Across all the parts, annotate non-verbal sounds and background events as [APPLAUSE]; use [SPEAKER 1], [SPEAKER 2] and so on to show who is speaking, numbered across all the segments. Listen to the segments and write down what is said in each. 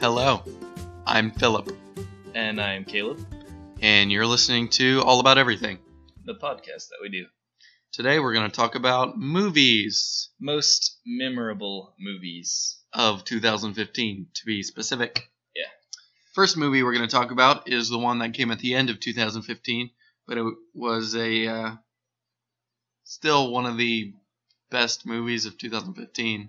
[SPEAKER 1] Hello, I'm Philip,
[SPEAKER 2] And I am Caleb,
[SPEAKER 1] and you're listening to All About Everything.
[SPEAKER 2] the podcast that we do.
[SPEAKER 1] Today we're going to talk about movies
[SPEAKER 2] Most memorable movies.
[SPEAKER 1] of 2015, to be specific.
[SPEAKER 2] Yeah.
[SPEAKER 1] First movie we're going to talk about is the one that came at the end of 2015, but it was a uh, still one of the best movies of 2015.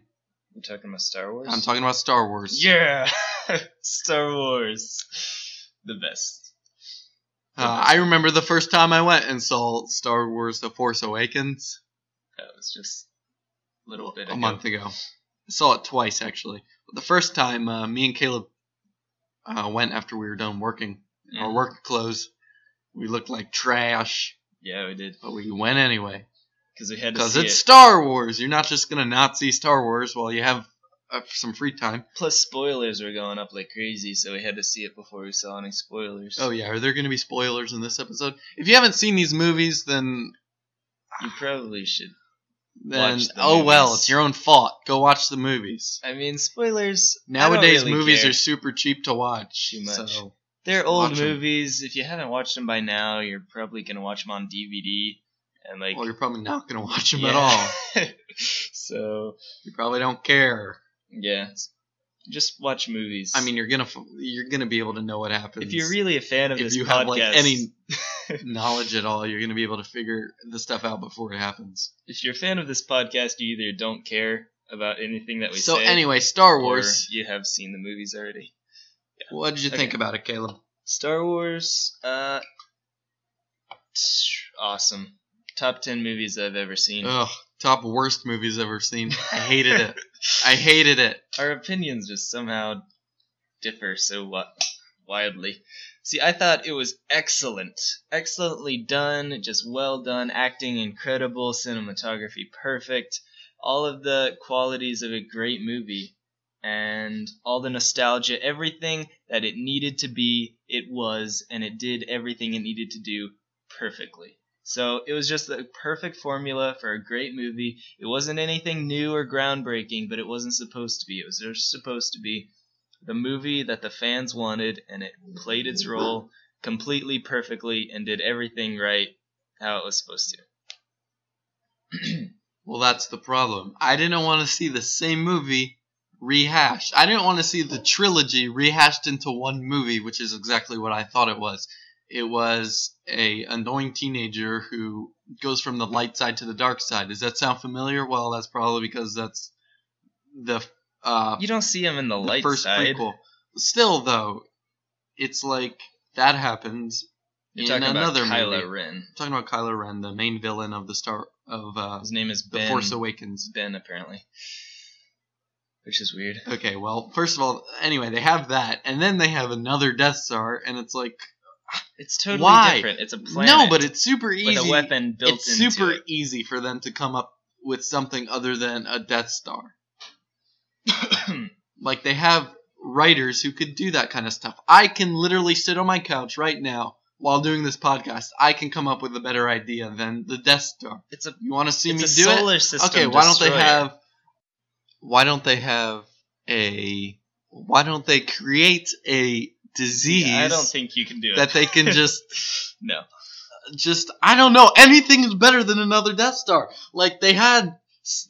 [SPEAKER 2] We're talking about Star Wars?
[SPEAKER 1] I'm talking about Star Wars.
[SPEAKER 2] Yeah! [LAUGHS] Star Wars. The best.
[SPEAKER 1] Uh, I remember the first time I went and saw Star Wars: The Force Awakens.
[SPEAKER 2] That was just a little bit
[SPEAKER 1] a
[SPEAKER 2] ago.
[SPEAKER 1] month ago. I saw it twice actually. The first time, uh, me and Caleb uh, went after we were done working. Our
[SPEAKER 2] Mm.
[SPEAKER 1] work clothes, we looked like trash,
[SPEAKER 2] Yeah, we did.
[SPEAKER 1] but we went anyway
[SPEAKER 2] Because we had to
[SPEAKER 1] because
[SPEAKER 2] see
[SPEAKER 1] it's
[SPEAKER 2] it.
[SPEAKER 1] Star Wars. You're not just gonna not see Star Wars while you have uh, some free time.
[SPEAKER 2] Plus, spoilers were going up like crazy, so we had to see it before we saw any spoilers.
[SPEAKER 1] Oh yeah, are there gonna be spoilers in this episode? If you haven't seen these movies, then
[SPEAKER 2] You probably should.
[SPEAKER 1] then
[SPEAKER 2] Watch the
[SPEAKER 1] oh well,
[SPEAKER 2] movies.
[SPEAKER 1] it's your own fault. Go watch the movies.
[SPEAKER 2] I mean, spoilers. I don't
[SPEAKER 1] Nowadays,
[SPEAKER 2] really
[SPEAKER 1] movies
[SPEAKER 2] care.
[SPEAKER 1] are super cheap to watch.
[SPEAKER 2] Too much.
[SPEAKER 1] So
[SPEAKER 2] They're old
[SPEAKER 1] Watch 'em.
[SPEAKER 2] movies. If you haven't watched them by now, you're probably gonna watch them on DVD. And like,
[SPEAKER 1] well, you're probably not gonna watch them at
[SPEAKER 2] Yeah.
[SPEAKER 1] all.
[SPEAKER 2] [LAUGHS] so
[SPEAKER 1] You probably don't care.
[SPEAKER 2] yeah, s- just watch movies.
[SPEAKER 1] I mean, you're gonna f- you're gonna be able to know what happens.
[SPEAKER 2] if you're really a fan of
[SPEAKER 1] if
[SPEAKER 2] this
[SPEAKER 1] you
[SPEAKER 2] podcast,
[SPEAKER 1] have like any [LAUGHS] knowledge at all, you're gonna be able to figure the stuff out before it happens.
[SPEAKER 2] if you're a fan of this podcast, you either don't care about anything [LAUGHS] that we
[SPEAKER 1] So
[SPEAKER 2] say,
[SPEAKER 1] anyway, Star
[SPEAKER 2] or
[SPEAKER 1] Wars.
[SPEAKER 2] you have seen the movies already.
[SPEAKER 1] What did you
[SPEAKER 2] okay.
[SPEAKER 1] think about it, Caleb?
[SPEAKER 2] Star Wars, uh, [SNIFFS] awesome. Top ten movies I've ever seen.
[SPEAKER 1] Ugh, top worst movies I've ever seen. I
[SPEAKER 2] [LAUGHS]
[SPEAKER 1] hated it. I hated it.
[SPEAKER 2] our opinions just somehow differ so wi- wildly. See, I thought it was excellent, excellently done, just well done, acting incredible, cinematography perfect, all of the qualities of a great movie, and all the nostalgia, everything that it needed to be, it was, and it did everything it needed to do perfectly. So it was just the perfect formula for a great movie. It wasn't anything new or groundbreaking, but it wasn't supposed to be. It was just supposed to be the movie that the fans wanted, and it played its role completely perfectly and did everything right how it was supposed to.
[SPEAKER 1] Well, that's the problem. I didn't want to see the same movie rehashed. I didn't want to see the trilogy rehashed into one movie, which is exactly what I thought it was. It was a annoying teenager who goes from the light side to the dark side. Does that sound familiar? Well, that's probably because that's the uh,
[SPEAKER 2] You don't see him in the,
[SPEAKER 1] the
[SPEAKER 2] light
[SPEAKER 1] first
[SPEAKER 2] side.
[SPEAKER 1] prequel. Still, though, it's like that happens.
[SPEAKER 2] You're
[SPEAKER 1] in
[SPEAKER 2] talking
[SPEAKER 1] another
[SPEAKER 2] about Kylo
[SPEAKER 1] movie.
[SPEAKER 2] Ren.
[SPEAKER 1] I'm talking about Kylo Ren, the main villain of the Star of uh,
[SPEAKER 2] His name is
[SPEAKER 1] the
[SPEAKER 2] Ben.
[SPEAKER 1] Force Awakens.
[SPEAKER 2] Ben apparently, which is weird.
[SPEAKER 1] Okay, well, first of all, anyway, they have that, and then they have another Death Star, and it's like
[SPEAKER 2] It's totally
[SPEAKER 1] Why?
[SPEAKER 2] different. It's a planet.
[SPEAKER 1] no, but it's super easy.
[SPEAKER 2] with a weapon built
[SPEAKER 1] it's
[SPEAKER 2] into
[SPEAKER 1] super
[SPEAKER 2] it.
[SPEAKER 1] easy for them to come up with something other than a Death Star. [CLEARS THROAT] Like they have writers who could do that kind of stuff. I can literally sit on my couch right now while doing this podcast. I can come up with a better idea than the Death Star.
[SPEAKER 2] it's a
[SPEAKER 1] You want to see
[SPEAKER 2] it's
[SPEAKER 1] me
[SPEAKER 2] a
[SPEAKER 1] do it?
[SPEAKER 2] solar system.
[SPEAKER 1] okay why don't they
[SPEAKER 2] destroyer.
[SPEAKER 1] have why don't they have a why don't they create a disease
[SPEAKER 2] Yeah, I don't think you can do it.
[SPEAKER 1] that
[SPEAKER 2] [LAUGHS]
[SPEAKER 1] they can just
[SPEAKER 2] no. [CLEARS THROAT]
[SPEAKER 1] just i don't know anything is better than another death star like they had s-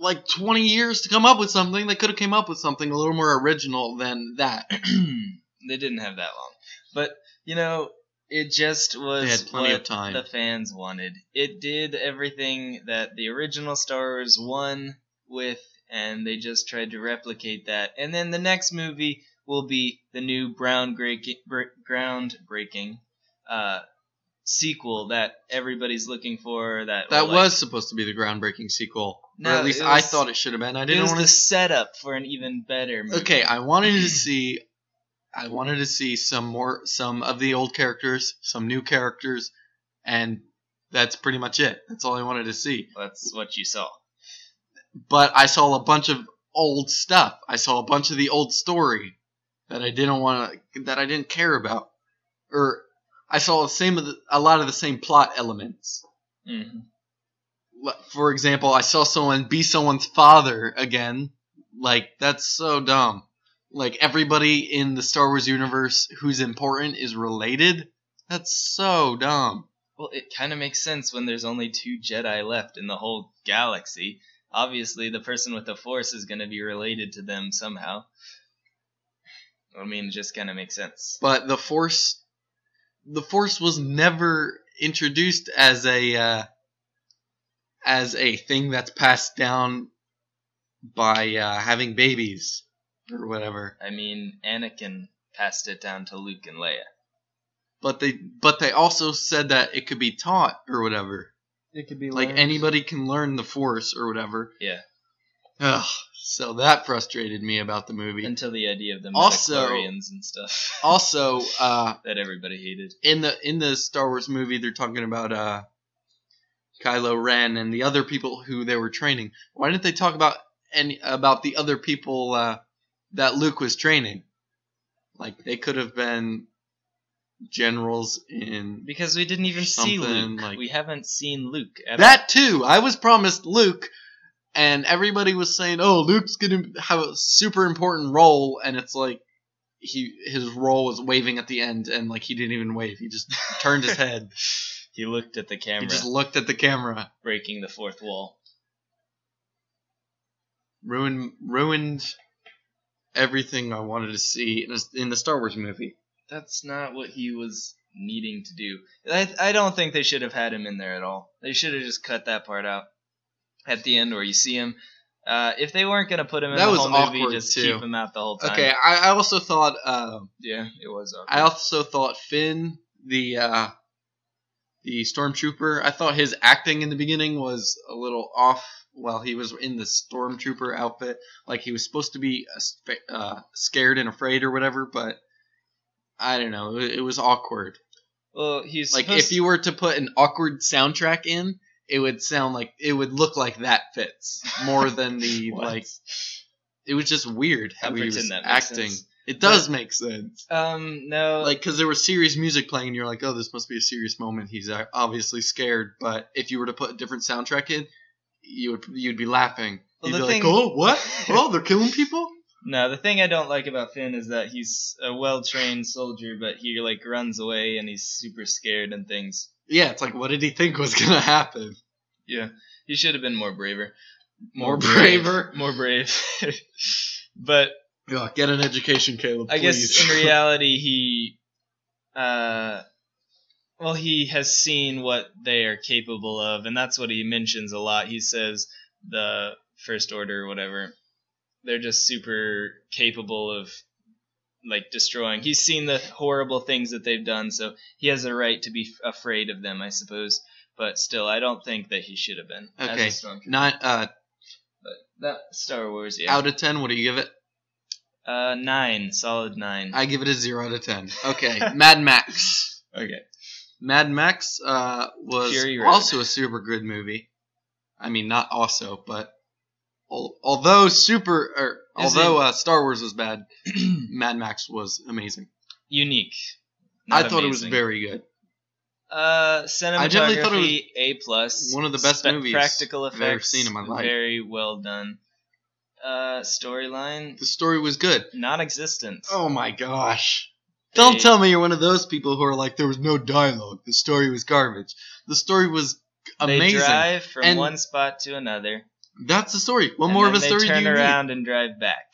[SPEAKER 1] like 20 years to come up with something they could have came up with something a little more original than that
[SPEAKER 2] they didn't have that long. But, you know, it just was
[SPEAKER 1] they had plenty
[SPEAKER 2] what
[SPEAKER 1] of time
[SPEAKER 2] the fans wanted. It did everything that the original Star Wars won with, and they just tried to replicate that. And then the next movie will be the new groundbreaking, br- groundbreaking uh, sequel that everybody's looking for. That,
[SPEAKER 1] that
[SPEAKER 2] will, like,
[SPEAKER 1] was supposed to be the groundbreaking sequel or
[SPEAKER 2] No,
[SPEAKER 1] at least
[SPEAKER 2] it
[SPEAKER 1] i
[SPEAKER 2] was-
[SPEAKER 1] thought it should have been i
[SPEAKER 2] it
[SPEAKER 1] didn't
[SPEAKER 2] was
[SPEAKER 1] want
[SPEAKER 2] the setup for an even better movie.
[SPEAKER 1] Okay, I wanted to see I wanted to see some more some of the old characters, some new characters, and that's pretty much it. That's all I wanted to see.
[SPEAKER 2] That's what you saw.
[SPEAKER 1] But I saw a bunch of old stuff. I saw a bunch of the old story that I didn't want to that I didn't care about. Or I saw the same of the, a lot of the same plot elements. Mm-hmm.
[SPEAKER 2] hmm
[SPEAKER 1] L- For example, I saw someone be someone's father again. Like that's so dumb. like everybody in the Star Wars universe who's important is related. That's so dumb.
[SPEAKER 2] Well, it kind of makes sense when there's only two Jedi left in the whole galaxy. Obviously, the person with the Force is going to be related to them somehow. I mean, it just kind of makes sense.
[SPEAKER 1] But the Force, the Force was never introduced as a uh, as a thing that's passed down by uh, having babies or whatever.
[SPEAKER 2] I mean, Anakin passed it down to Luke and Leia.
[SPEAKER 1] But they but they also said that it could be taught or whatever.
[SPEAKER 2] It could be
[SPEAKER 1] Like anybody can learn the Force or whatever.
[SPEAKER 2] Yeah.
[SPEAKER 1] Ugh, so that frustrated me about the movie.
[SPEAKER 2] until the idea of the
[SPEAKER 1] Also-
[SPEAKER 2] midichlorians and stuff [LAUGHS]
[SPEAKER 1] Also, uh,
[SPEAKER 2] that everybody hated.
[SPEAKER 1] in the in the Star Wars movie, they're talking about uh, Kylo Ren and the other people who they were training. Why didn't they talk about any about the other people uh, that Luke was training? Like they could have been generals in
[SPEAKER 2] Because we didn't even see
[SPEAKER 1] Something
[SPEAKER 2] Luke.
[SPEAKER 1] like-
[SPEAKER 2] we haven't seen Luke at
[SPEAKER 1] that too. I was promised Luke, and everybody was saying, "Oh, Luke's gonna have a super important role," and it's like. He his role was waving at the end, and like he didn't even wave. He just [LAUGHS]
[SPEAKER 2] all.
[SPEAKER 1] turned his head.
[SPEAKER 2] He looked at the
[SPEAKER 1] he
[SPEAKER 2] camera,
[SPEAKER 1] just looked at the camera.
[SPEAKER 2] breaking the fourth wall.
[SPEAKER 1] ruined ruined everything I wanted to see in, a, in the Star Wars movie.
[SPEAKER 2] That's not what he was needing to do. I, I don't think they should have had him in there at all. They should have just cut that part out at the end where you see him. Uh, if they weren't gonna put him in
[SPEAKER 1] That
[SPEAKER 2] the
[SPEAKER 1] was
[SPEAKER 2] whole
[SPEAKER 1] awkward,
[SPEAKER 2] movie, just
[SPEAKER 1] too.
[SPEAKER 2] keep him out the whole time.
[SPEAKER 1] Okay, I, I also thought uh,
[SPEAKER 2] Yeah, it was awkward.
[SPEAKER 1] I also thought Finn the uh, the stormtrooper. I thought his acting in the beginning was a little off while he was in the stormtrooper outfit. Like he was supposed to be uh, sp- uh, scared and afraid or whatever, but I don't know. It, it was awkward.
[SPEAKER 2] well, he's
[SPEAKER 1] Like
[SPEAKER 2] supposed
[SPEAKER 1] if you were to put an awkward soundtrack in, it would sound like it would look like that fits more than
[SPEAKER 2] to-
[SPEAKER 1] [LAUGHS] the
[SPEAKER 2] [LAUGHS] What?
[SPEAKER 1] like. It was just weird how
[SPEAKER 2] I'll
[SPEAKER 1] he was
[SPEAKER 2] pretend that makes
[SPEAKER 1] acting.
[SPEAKER 2] sense.
[SPEAKER 1] It does make sense.
[SPEAKER 2] Um, no,
[SPEAKER 1] Like because there was serious music playing, and you're like, oh, this must be a serious moment. He's uh, obviously scared. But if you were to put a different soundtrack in, you would you'd be laughing.
[SPEAKER 2] Well,
[SPEAKER 1] you'd
[SPEAKER 2] the
[SPEAKER 1] be
[SPEAKER 2] thing-
[SPEAKER 1] like, oh,
[SPEAKER 2] [LAUGHS]
[SPEAKER 1] what? Oh, they're killing people.
[SPEAKER 2] No, the thing I don't like about Finn is that he's a well-trained soldier, but he like runs away and he's super scared and things.
[SPEAKER 1] Yeah, it's like, what did he think was gonna happen?
[SPEAKER 2] Yeah, he should have been more braver,
[SPEAKER 1] More
[SPEAKER 2] brave.
[SPEAKER 1] braver.
[SPEAKER 2] more brave. [LAUGHS] but
[SPEAKER 1] Yeah, get an education, Caleb.
[SPEAKER 2] I guess
[SPEAKER 1] please. [LAUGHS]
[SPEAKER 2] in reality he, uh, well, he has seen what they are capable of, and that's what he mentions a lot. He says the First Order, or whatever, they're just super capable of like destroying. He's seen the horrible things that they've done, so he has a right to be f- afraid of them, I suppose. But still, I don't think that he should have been. as a
[SPEAKER 1] Okay.
[SPEAKER 2] stormtrooper.
[SPEAKER 1] Not uh,
[SPEAKER 2] that Star Wars, yeah.
[SPEAKER 1] out of ten. What do you give it?
[SPEAKER 2] Uh, nine, solid nine.
[SPEAKER 1] I give it a zero out of ten. Okay,
[SPEAKER 2] [LAUGHS]
[SPEAKER 1] Mad Max.
[SPEAKER 2] okay.
[SPEAKER 1] Mad Max uh, was
[SPEAKER 2] Fury Road.
[SPEAKER 1] also a super good movie. I mean, not also, but al- although super, or
[SPEAKER 2] Is
[SPEAKER 1] although uh, Star Wars was
[SPEAKER 2] [CLEARS THROAT]
[SPEAKER 1] bad, Mad Max was amazing.
[SPEAKER 2] unique.
[SPEAKER 1] I thought it was
[SPEAKER 2] very.
[SPEAKER 1] very good.
[SPEAKER 2] Uh, cinematography
[SPEAKER 1] I generally thought it was
[SPEAKER 2] A plus.
[SPEAKER 1] one of the best
[SPEAKER 2] Spe-
[SPEAKER 1] movies
[SPEAKER 2] Practical
[SPEAKER 1] I've
[SPEAKER 2] effects
[SPEAKER 1] ever seen in my life.
[SPEAKER 2] Very well done. Uh, storyline
[SPEAKER 1] The story was good.
[SPEAKER 2] non-existent.
[SPEAKER 1] Oh my gosh.
[SPEAKER 2] They-
[SPEAKER 1] Don't tell me you're one of those people who are like, there was no dialogue. The story was garbage. The story was
[SPEAKER 2] They
[SPEAKER 1] amazing.
[SPEAKER 2] drive from
[SPEAKER 1] And-
[SPEAKER 2] one spot to another.
[SPEAKER 1] That's the story. What
[SPEAKER 2] and
[SPEAKER 1] more of
[SPEAKER 2] then
[SPEAKER 1] a story
[SPEAKER 2] They turn
[SPEAKER 1] do you need?
[SPEAKER 2] around and drive back.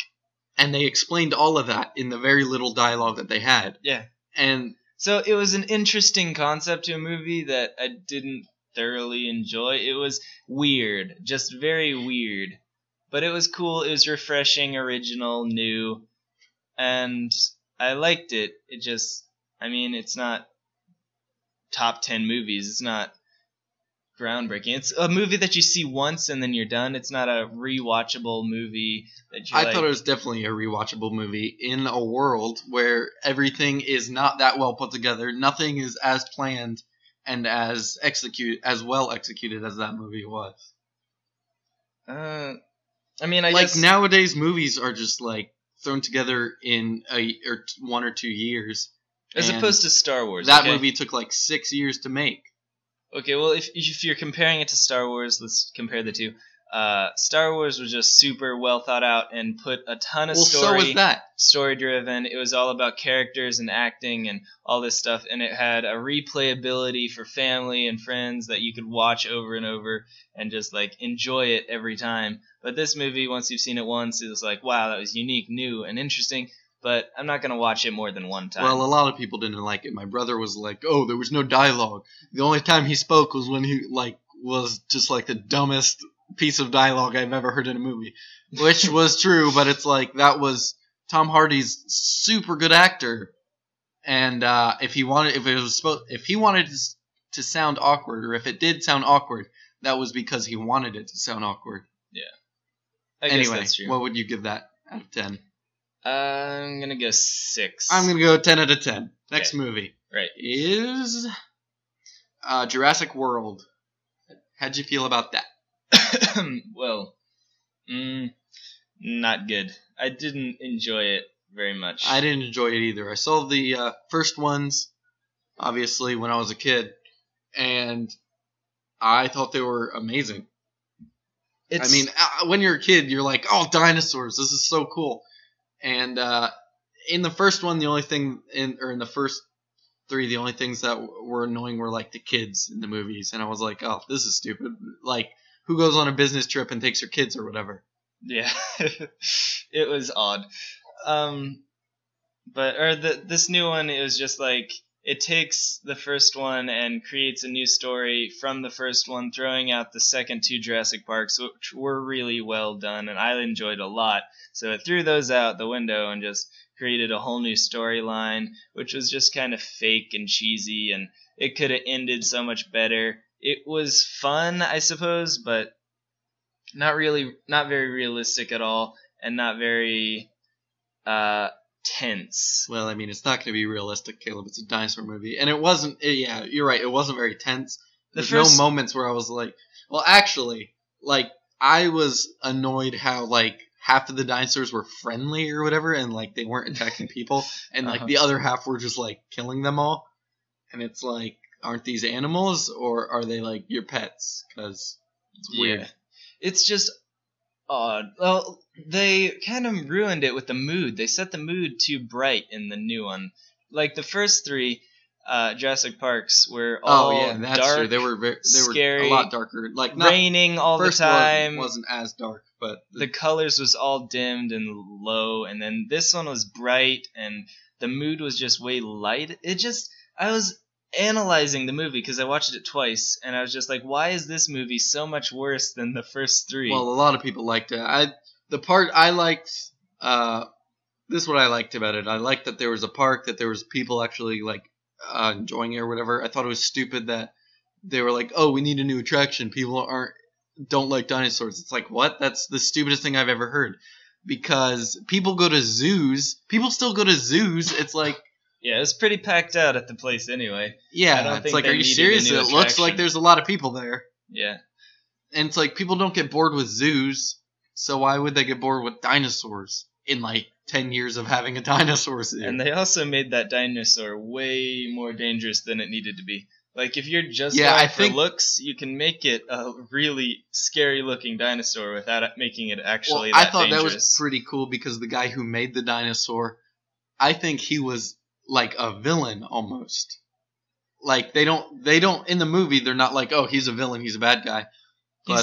[SPEAKER 1] and they explained all of that in the very little dialogue that they had.
[SPEAKER 2] Yeah.
[SPEAKER 1] And
[SPEAKER 2] So it was an interesting concept to a movie that I didn't thoroughly enjoy. It was weird, just very weird. But it was cool, it was refreshing, original, new, and I liked it. It just I mean, it's not top 10 movies. It's not groundbreaking. It's a movie that you see once and then you're done. It's not a rewatchable movie that you
[SPEAKER 1] I thought it was definitely a rewatchable movie in a world where everything is not that well put together. Nothing is as planned and as execute as well executed as that movie was.
[SPEAKER 2] uh, I mean, I
[SPEAKER 1] like
[SPEAKER 2] guess
[SPEAKER 1] nowadays movies are just like thrown together in a or t- one or two years.
[SPEAKER 2] as
[SPEAKER 1] and
[SPEAKER 2] opposed to Star Wars.
[SPEAKER 1] that
[SPEAKER 2] okay?
[SPEAKER 1] movie took like 6 years to make.
[SPEAKER 2] Okay, well, if if you're comparing it to Star Wars, let's compare the two. Uh, Star Wars was just super well thought out and put a ton of
[SPEAKER 1] well, so
[SPEAKER 2] story
[SPEAKER 1] was that.
[SPEAKER 2] story driven. It was all about characters and acting and all this stuff, and it had a replayability for family and friends that you could watch over and over and just like enjoy it every time. But this movie, once you've seen it once, it was like, wow, that was unique, new, and interesting. But I'm not gonna watch it more than one time.
[SPEAKER 1] Well, a lot of people didn't like it. My brother was like, "Oh, there was no dialogue. The only time he spoke was when he like was just like the dumbest piece of dialogue I've ever heard in a movie," which
[SPEAKER 2] [LAUGHS]
[SPEAKER 1] was true. But it's like that was Tom Hardy's super good actor, and uh, if he wanted, if it was spo- if he wanted to, s- to sound awkward, or if it did sound awkward, that was because he wanted it to sound awkward.
[SPEAKER 2] I guess
[SPEAKER 1] anyway,
[SPEAKER 2] that's true.
[SPEAKER 1] what would you give that out of ten?
[SPEAKER 2] I'm gonna go six.
[SPEAKER 1] I'm gonna go ten out of ten. Next movie
[SPEAKER 2] right.
[SPEAKER 1] is uh, Jurassic World. How'd you feel about that?
[SPEAKER 2] [COUGHS] well, mm, not good. I didn't enjoy it very much.
[SPEAKER 1] I didn't enjoy it either. I saw the uh, first ones, obviously, when I was a kid, and I thought they were amazing. I mean, uh, when you're a kid, you're like, "Oh, dinosaurs! This is so cool!" And uh, in the first one, the only thing in or in the first three, the only things that w- were annoying were like the kids in the movies, and I was like, "Oh, this is stupid!" Like, who goes on a business trip and takes your kids or whatever?
[SPEAKER 2] Yeah, [LAUGHS] it was odd. Um, but or the this new one it was just like it takes the first one and creates a new story from the first one, throwing out the second two Jurassic Parks, which were really well done and I enjoyed a lot. So it threw those out the window and just created a whole new storyline, which was just kind of fake and cheesy, and it could have ended so much better. It was fun, I suppose, but not really not very realistic at all and not very uh tense
[SPEAKER 1] Well, I mean, it's not going to be realistic, Caleb. It's a dinosaur movie, and it wasn't. eh, yeah, you're right. It wasn't very tense.
[SPEAKER 2] The
[SPEAKER 1] There's
[SPEAKER 2] first-
[SPEAKER 1] no moments where I was like, well, actually, like I was annoyed how like half of the dinosaurs were friendly or whatever, and like they weren't attacking people, and like
[SPEAKER 2] Uh-huh.
[SPEAKER 1] the other half were just like killing them all, and it's like, aren't these animals or are they like your pets? Because it's weird.
[SPEAKER 2] Yeah. it's just odd well they kind of ruined it with the mood they set the mood too bright in the new one like the first three uh jurassic parks were all
[SPEAKER 1] oh yeah, that's
[SPEAKER 2] dark,
[SPEAKER 1] true. They were very, they were
[SPEAKER 2] scary,
[SPEAKER 1] a lot darker. Like not
[SPEAKER 2] raining all the
[SPEAKER 1] first one
[SPEAKER 2] time
[SPEAKER 1] wasn't as dark, but
[SPEAKER 2] the colors was all dimmed and low and then this one was bright and the mood was just way light it just i was analyzing the movie because i watched it twice and i was just like why is this movie so much worse than the first three
[SPEAKER 1] Well, a lot of people liked it. I the part I liked. Uh, this is what I liked about it. I liked that there was a park, that there was people actually like uh, enjoying it or whatever. I thought it was stupid that they were like, "Oh, we need a new attraction. People aren't don't like dinosaurs." It's like what? That's the stupidest thing I've ever heard. Because people go to zoos. People still go to zoos. It's like,
[SPEAKER 2] yeah it was pretty packed out at the place anyway I don't
[SPEAKER 1] yeah, it's
[SPEAKER 2] think
[SPEAKER 1] like,
[SPEAKER 2] they
[SPEAKER 1] are you
[SPEAKER 2] needed a
[SPEAKER 1] serious? It
[SPEAKER 2] new
[SPEAKER 1] looks like
[SPEAKER 2] attraction.
[SPEAKER 1] there's a lot of people there.
[SPEAKER 2] yeah
[SPEAKER 1] and it's like people don't get bored with zoos, so why would they get bored with dinosaurs in like ten years of having a [LAUGHS] dinosaur zoo?
[SPEAKER 2] and they also made that dinosaur way more dangerous than it needed to be like if you're just
[SPEAKER 1] Yeah,
[SPEAKER 2] out
[SPEAKER 1] I
[SPEAKER 2] for
[SPEAKER 1] think-
[SPEAKER 2] looks you can make it a really scary looking dinosaur without it making it
[SPEAKER 1] well,
[SPEAKER 2] actually
[SPEAKER 1] I
[SPEAKER 2] that
[SPEAKER 1] thought that was
[SPEAKER 2] dangerous.
[SPEAKER 1] pretty cool because the guy who made the dinosaur, I think he was like a villain almost. Like they don't they don't in the movie they're not like oh he's a villain he's a bad guy.
[SPEAKER 2] He's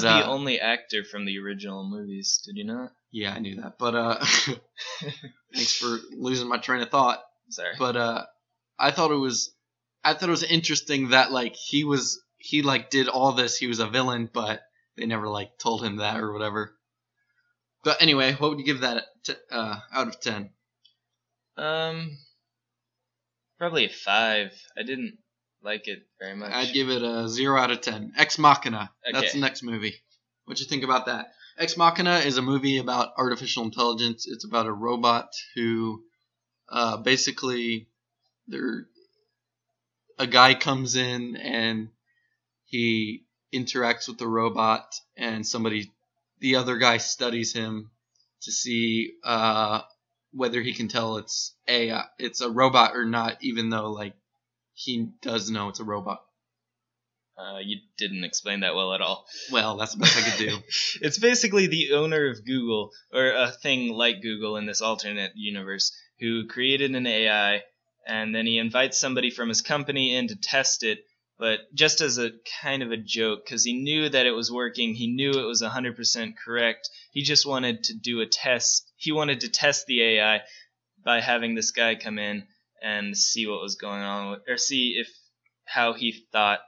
[SPEAKER 1] But, uh,
[SPEAKER 2] the only actor from the original movies. Did you not?
[SPEAKER 1] Yeah, I knew that. But uh, [LAUGHS] thanks for losing my train of thought.
[SPEAKER 2] Sorry.
[SPEAKER 1] but uh i thought it was i thought it was interesting that like he was he like did all this he was a villain but they never like told him that or whatever but anyway what would you give that t- uh out of 10
[SPEAKER 2] um, probably a five. I didn't like it very much.
[SPEAKER 1] i'd give it a 0 out of 10 ex machina that's
[SPEAKER 2] Okay.
[SPEAKER 1] the next movie what'd you think about that ex machina is a movie about artificial intelligence it's about a robot who uh basically there a guy comes in and he interacts with the robot and somebody the other guy studies him to see uh, whether he can tell it's a it's a robot or not even though like he does know it's a robot
[SPEAKER 2] Uh, you didn't explain that well at all.
[SPEAKER 1] Well, that's the best I could [LAUGHS]
[SPEAKER 2] [LAUGHS]
[SPEAKER 1] do.
[SPEAKER 2] It's basically the owner of Google, or a thing like Google in this alternate universe, who created an AI, and then he invites somebody from his company in to test it, but just as a kind of a joke, because he knew that it was working, he knew it was 100% correct. He just wanted to do a test. He wanted to test the AI by having this guy come in and see what was going on, with, or see if how he thought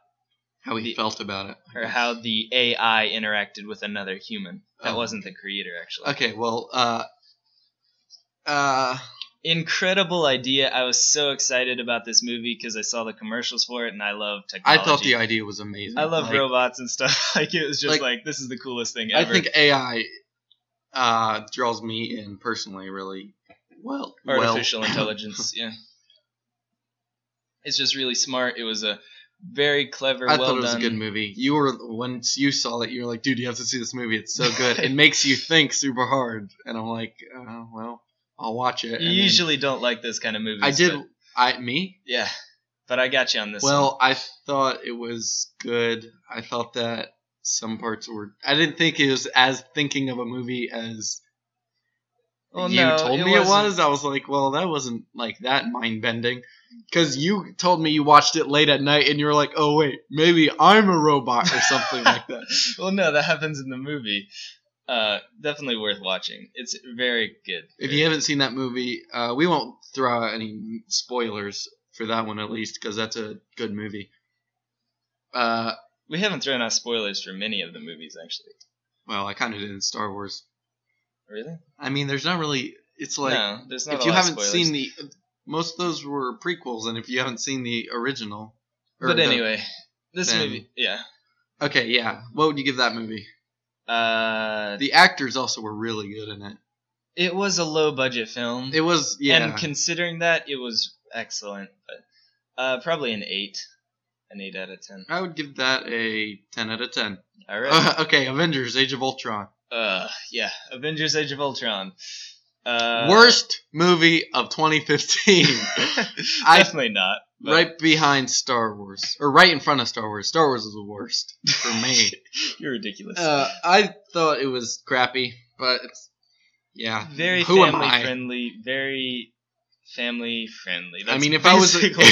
[SPEAKER 1] How he
[SPEAKER 2] The-
[SPEAKER 1] felt about it. I
[SPEAKER 2] or
[SPEAKER 1] guess.
[SPEAKER 2] how the AI interacted with another human. That
[SPEAKER 1] Oh.
[SPEAKER 2] wasn't the creator, actually.
[SPEAKER 1] Okay, well, uh, uh,
[SPEAKER 2] Incredible idea. I was so excited about this movie because I saw the commercials for it and I love
[SPEAKER 1] I
[SPEAKER 2] technology.
[SPEAKER 1] thought the idea was amazing.
[SPEAKER 2] I love
[SPEAKER 1] Like,
[SPEAKER 2] robots and stuff. [LAUGHS] Like it was just
[SPEAKER 1] Like-
[SPEAKER 2] like, this is the coolest thing
[SPEAKER 1] I
[SPEAKER 2] ever.
[SPEAKER 1] think AI uh, draws me in personally, really well. well. [LAUGHS]
[SPEAKER 2] artificial intelligence. Yeah, it's just really smart. It was a very clever,
[SPEAKER 1] I
[SPEAKER 2] well
[SPEAKER 1] thought it was
[SPEAKER 2] done.
[SPEAKER 1] a good movie. You were once you saw it, you were like, "Dude, you have to see this movie. It's so
[SPEAKER 2] [LAUGHS]
[SPEAKER 1] good. it makes you think super hard." And I'm like, uh, "Well, I'll watch it."
[SPEAKER 2] You
[SPEAKER 1] And then-
[SPEAKER 2] usually don't like those kind of movies.
[SPEAKER 1] I did.
[SPEAKER 2] but-
[SPEAKER 1] I me.
[SPEAKER 2] yeah, but I got you on this. one.
[SPEAKER 1] Well, I thought it was good. I thought that some parts were. I didn't think it was as thinking of a movie as
[SPEAKER 2] Well,
[SPEAKER 1] you
[SPEAKER 2] no,
[SPEAKER 1] told me it
[SPEAKER 2] wasn't-
[SPEAKER 1] was. I was like, well, that wasn't like that mind bending. Because you told me you watched it late at night and you were like, oh, wait, maybe I'm a robot or
[SPEAKER 2] [LAUGHS]
[SPEAKER 1] something like that.
[SPEAKER 2] well, no, that happens in the movie. Uh, definitely worth watching. It's very good.
[SPEAKER 1] If you haven't seen that movie, uh, we won't throw out any spoilers for that one at least because that's a good movie. Uh,
[SPEAKER 2] we haven't thrown out spoilers for many of the movies, actually.
[SPEAKER 1] well, I kind of did in Star Wars.
[SPEAKER 2] Really?
[SPEAKER 1] I mean, there's not really. It's like
[SPEAKER 2] no, there's not.
[SPEAKER 1] if
[SPEAKER 2] a
[SPEAKER 1] you
[SPEAKER 2] lot of
[SPEAKER 1] haven't
[SPEAKER 2] spoilers.
[SPEAKER 1] seen the most of those were prequels, and if you haven't seen the original, or
[SPEAKER 2] but
[SPEAKER 1] the-
[SPEAKER 2] anyway, this
[SPEAKER 1] then-
[SPEAKER 2] movie, yeah.
[SPEAKER 1] okay, yeah, what would you give that movie?
[SPEAKER 2] Uh,
[SPEAKER 1] The actors also were really good in it.
[SPEAKER 2] it was a low budget film.
[SPEAKER 1] It was yeah.
[SPEAKER 2] And considering that, it was excellent. But uh, probably an eight, an eight out of ten.
[SPEAKER 1] I would give that a ten out of
[SPEAKER 2] [LAUGHS]
[SPEAKER 1] ten.
[SPEAKER 2] All
[SPEAKER 1] [LAUGHS]
[SPEAKER 2] right.
[SPEAKER 1] okay, Avengers: Age of Ultron,
[SPEAKER 2] uh, yeah. Avengers: Age of Ultron. Uh, [LAUGHS]
[SPEAKER 1] worst movie of 2015, I-
[SPEAKER 2] definitely not. [LAUGHS] but-
[SPEAKER 1] right behind Star Wars, or right in front of Star Wars. Star Wars is the worst for
[SPEAKER 2] [LAUGHS]
[SPEAKER 1] me.
[SPEAKER 2] You're ridiculous.
[SPEAKER 1] uh, I thought it was crappy, but it's, yeah,
[SPEAKER 2] very
[SPEAKER 1] who am
[SPEAKER 2] family
[SPEAKER 1] I?
[SPEAKER 2] friendly. Very family friendly. That's
[SPEAKER 1] I mean, if I was a, [LAUGHS]
[SPEAKER 2] basically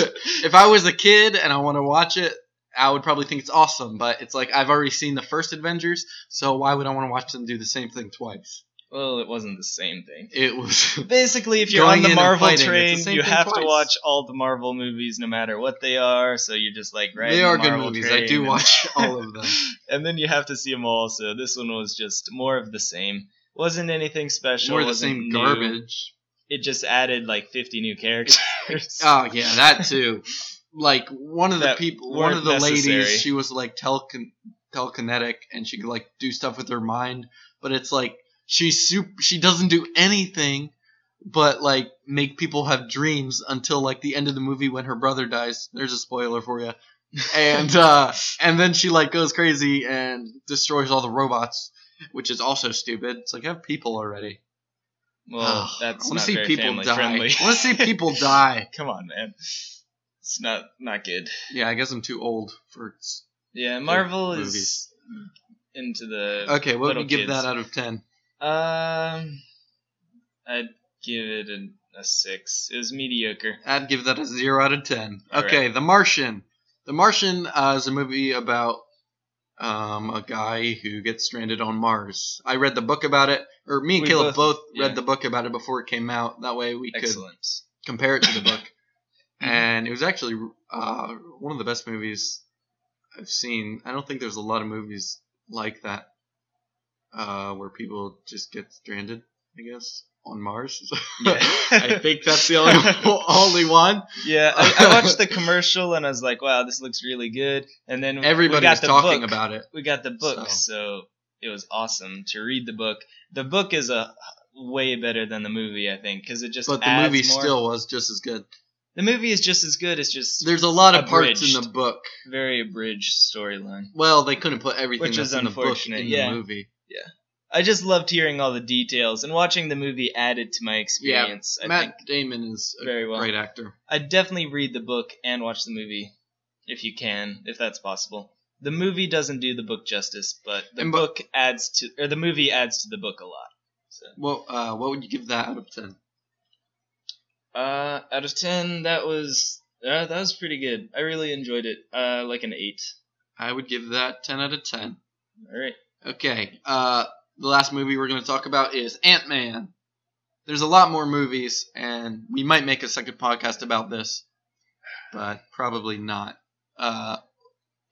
[SPEAKER 2] it.
[SPEAKER 1] if I was a kid and I want to watch it, I would probably think it's awesome. But it's like I've already seen the first Avengers, so why would I want to watch them do the same thing twice?
[SPEAKER 2] well, it wasn't the same thing.
[SPEAKER 1] It was
[SPEAKER 2] Basically, if you're
[SPEAKER 1] Going
[SPEAKER 2] on
[SPEAKER 1] in
[SPEAKER 2] the
[SPEAKER 1] and
[SPEAKER 2] Marvel
[SPEAKER 1] fighting, it's the
[SPEAKER 2] train,
[SPEAKER 1] same
[SPEAKER 2] you
[SPEAKER 1] thing
[SPEAKER 2] have
[SPEAKER 1] twice.
[SPEAKER 2] to watch all the Marvel movies, no matter what they are. So you're just like,
[SPEAKER 1] [LAUGHS]
[SPEAKER 2] right?
[SPEAKER 1] they are good movies. I do watch all of them.
[SPEAKER 2] [LAUGHS] and then you have to see them all. So this one was just more of the same. Wasn't anything special.
[SPEAKER 1] More of the
[SPEAKER 2] wasn't
[SPEAKER 1] same
[SPEAKER 2] new.
[SPEAKER 1] garbage.
[SPEAKER 2] It just added like 50
[SPEAKER 1] [LAUGHS]
[SPEAKER 2] new characters. [LAUGHS]
[SPEAKER 1] Oh yeah, that too. Like one of the
[SPEAKER 2] That
[SPEAKER 1] people, one
[SPEAKER 2] weren't
[SPEAKER 1] of the
[SPEAKER 2] necessary.
[SPEAKER 1] ladies, she was like telkin- telekinetic, and she could like do stuff with her mind. But it's like she sup- she doesn't do anything, but like make people have dreams until like the end of the movie when her brother dies. There's a spoiler for you. And uh, and then she like goes crazy and destroys all the robots, which is also stupid. It's like have people already.
[SPEAKER 2] well, that's
[SPEAKER 1] Ah, I want
[SPEAKER 2] not
[SPEAKER 1] to see
[SPEAKER 2] very
[SPEAKER 1] people
[SPEAKER 2] family
[SPEAKER 1] die.
[SPEAKER 2] friendly.
[SPEAKER 1] I want to see people die.
[SPEAKER 2] [LAUGHS] Come on, man. It's not not good.
[SPEAKER 1] Yeah, I guess I'm too old for.
[SPEAKER 2] Yeah, Marvel is
[SPEAKER 1] movies.
[SPEAKER 2] into the
[SPEAKER 1] Okay, what would
[SPEAKER 2] Little
[SPEAKER 1] you give
[SPEAKER 2] kids.
[SPEAKER 1] that out of ten?
[SPEAKER 2] Um, I'd give it an, a six. It was mediocre.
[SPEAKER 1] I'd give that a zero out of ten.
[SPEAKER 2] All
[SPEAKER 1] okay, The Martian. The Martian uh, is a movie about um, a guy who gets stranded on Mars. I read the book about it, or me and
[SPEAKER 2] We
[SPEAKER 1] Caleb both,
[SPEAKER 2] both- yeah.
[SPEAKER 1] read the book about it before it came out. That way we could
[SPEAKER 2] Excellent.
[SPEAKER 1] compare it
[SPEAKER 2] [LAUGHS]
[SPEAKER 1] to the book.
[SPEAKER 2] Mhm.
[SPEAKER 1] and it was actually uh, one of the best movies I've seen. I don't think there's a lot of movies like that uh, where people just get stranded. I guess on Mars. [LAUGHS]
[SPEAKER 2] Yeah.
[SPEAKER 1] [LAUGHS] I think that's the only only one.
[SPEAKER 2] [LAUGHS] Yeah, I, I watched the commercial and I was like, "Wow, this looks really good." And then we
[SPEAKER 1] Everybody
[SPEAKER 2] got
[SPEAKER 1] was
[SPEAKER 2] the
[SPEAKER 1] talking
[SPEAKER 2] book.
[SPEAKER 1] about it.
[SPEAKER 2] We got the book,
[SPEAKER 1] So.
[SPEAKER 2] so. it was awesome to read the book. The book is a way better than the movie, I think, because it just
[SPEAKER 1] But the
[SPEAKER 2] adds
[SPEAKER 1] movie
[SPEAKER 2] more.
[SPEAKER 1] still was just as good.
[SPEAKER 2] the movie is just as good. It's just
[SPEAKER 1] There's a lot of parts in
[SPEAKER 2] Abridged.
[SPEAKER 1] the book.
[SPEAKER 2] very abridged storyline.
[SPEAKER 1] Well, they couldn't put everything
[SPEAKER 2] Which
[SPEAKER 1] that's
[SPEAKER 2] is
[SPEAKER 1] in the book in
[SPEAKER 2] unfortunate, yeah.
[SPEAKER 1] the movie.
[SPEAKER 2] I just loved hearing all the details and watching the movie added to my experience. I
[SPEAKER 1] Matt
[SPEAKER 2] think
[SPEAKER 1] Damon is a
[SPEAKER 2] very well.
[SPEAKER 1] great actor.
[SPEAKER 2] I'd definitely read the book and watch the movie if you can, if that's possible. The movie doesn't do the book justice, but the
[SPEAKER 1] And bu-
[SPEAKER 2] book adds to or the movie adds to the book a lot. So
[SPEAKER 1] Well, uh, what would you give that out of ten?
[SPEAKER 2] Uh, out of ten, that was uh, that was pretty good. I really enjoyed it. Uh, like an eight.
[SPEAKER 1] I would give that ten out of ten.
[SPEAKER 2] All right.
[SPEAKER 1] Okay. Uh, the last movie we're going to talk about is Ant Man. There's a lot more movies, and we might make a second podcast about this, but probably not. Uh,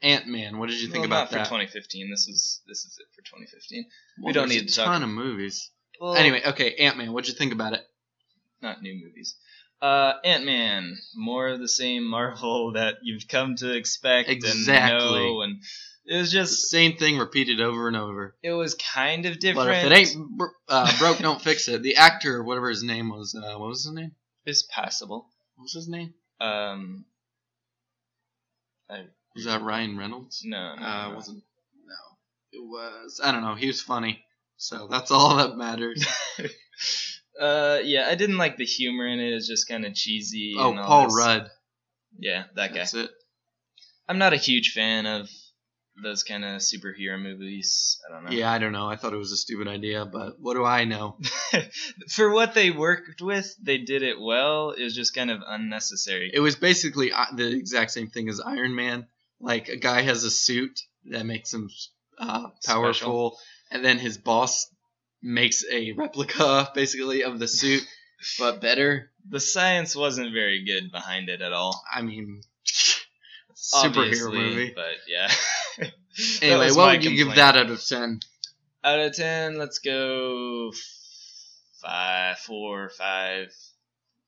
[SPEAKER 1] Ant Man. What did you think
[SPEAKER 2] Well,
[SPEAKER 1] about
[SPEAKER 2] not
[SPEAKER 1] that?
[SPEAKER 2] for 2015? This is this is it for 2015.
[SPEAKER 1] Well,
[SPEAKER 2] we don't
[SPEAKER 1] there's
[SPEAKER 2] need
[SPEAKER 1] a
[SPEAKER 2] to talk-
[SPEAKER 1] ton of movies.
[SPEAKER 2] Well,
[SPEAKER 1] anyway, okay, Ant Man. What did you think about it?
[SPEAKER 2] not new movies. Uh, Ant Man, more of the same [LAUGHS] Marvel that you've come to expect
[SPEAKER 1] Exactly.
[SPEAKER 2] and know, and it was
[SPEAKER 1] It's the
[SPEAKER 2] just
[SPEAKER 1] same thing repeated over and over.
[SPEAKER 2] it was kind of different.
[SPEAKER 1] But if it ain't br- uh, broke, don't fix it. The actor, whatever his name was, uh, what was his name?
[SPEAKER 2] it's passable.
[SPEAKER 1] What was his name?
[SPEAKER 2] Um,
[SPEAKER 1] Was that Ryan Reynolds?
[SPEAKER 2] no, no,
[SPEAKER 1] Uh,
[SPEAKER 2] no.
[SPEAKER 1] wasn't. No, it was. I don't know. He was funny, so that's all that
[SPEAKER 2] [LAUGHS]
[SPEAKER 1] matters.
[SPEAKER 2] Uh, yeah, I didn't like the humor in it. It's just kind of cheesy.
[SPEAKER 1] oh,
[SPEAKER 2] and all
[SPEAKER 1] Paul
[SPEAKER 2] this.
[SPEAKER 1] Rudd.
[SPEAKER 2] Yeah, that guy.
[SPEAKER 1] That's it.
[SPEAKER 2] I'm not a huge fan of those kind of superhero movies. I don't know.
[SPEAKER 1] Yeah, I don't know. I thought it was a stupid idea, but what do I know?
[SPEAKER 2] For what they worked with, they did it well. It was just kind of unnecessary.
[SPEAKER 1] It was basically uh, the exact same thing as Iron Man. Like a guy has a suit that makes him uh, powerful,
[SPEAKER 2] Special.
[SPEAKER 1] and then his boss makes a replica, basically, of the
[SPEAKER 2] [LAUGHS]
[SPEAKER 1] suit, but better.
[SPEAKER 2] the science wasn't very good behind it at all.
[SPEAKER 1] I mean, [LAUGHS] superhero
[SPEAKER 2] Obviously,
[SPEAKER 1] movie.
[SPEAKER 2] But yeah. [LAUGHS] That
[SPEAKER 1] Anyway,
[SPEAKER 2] was
[SPEAKER 1] what
[SPEAKER 2] my
[SPEAKER 1] would you give
[SPEAKER 2] complaint.
[SPEAKER 1] that out of ten?
[SPEAKER 2] Out of ten, let's go f- five, four, five.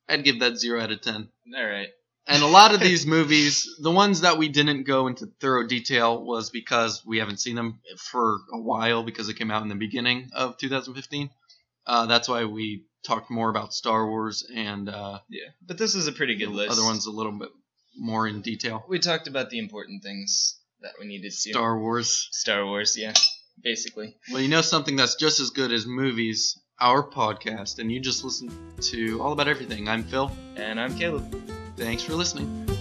[SPEAKER 1] I'd give that zero out of ten.
[SPEAKER 2] All right.
[SPEAKER 1] And a lot of these movies, the ones that we didn't go into thorough detail was because we haven't seen them for a while because it came out in the beginning of 2015. Uh, that's why we talked more about Star Wars and uh,
[SPEAKER 2] Yeah, but this is a pretty good list.
[SPEAKER 1] other ones a little bit more in detail.
[SPEAKER 2] We talked about the important things that we needed to.
[SPEAKER 1] Star Wars.
[SPEAKER 2] Star Wars, yeah, basically.
[SPEAKER 1] Well, you know something that's just as good as movies, our podcast, and you just listen to All About Everything. I'm Phil.
[SPEAKER 2] And I'm Caleb.
[SPEAKER 1] Thanks for listening.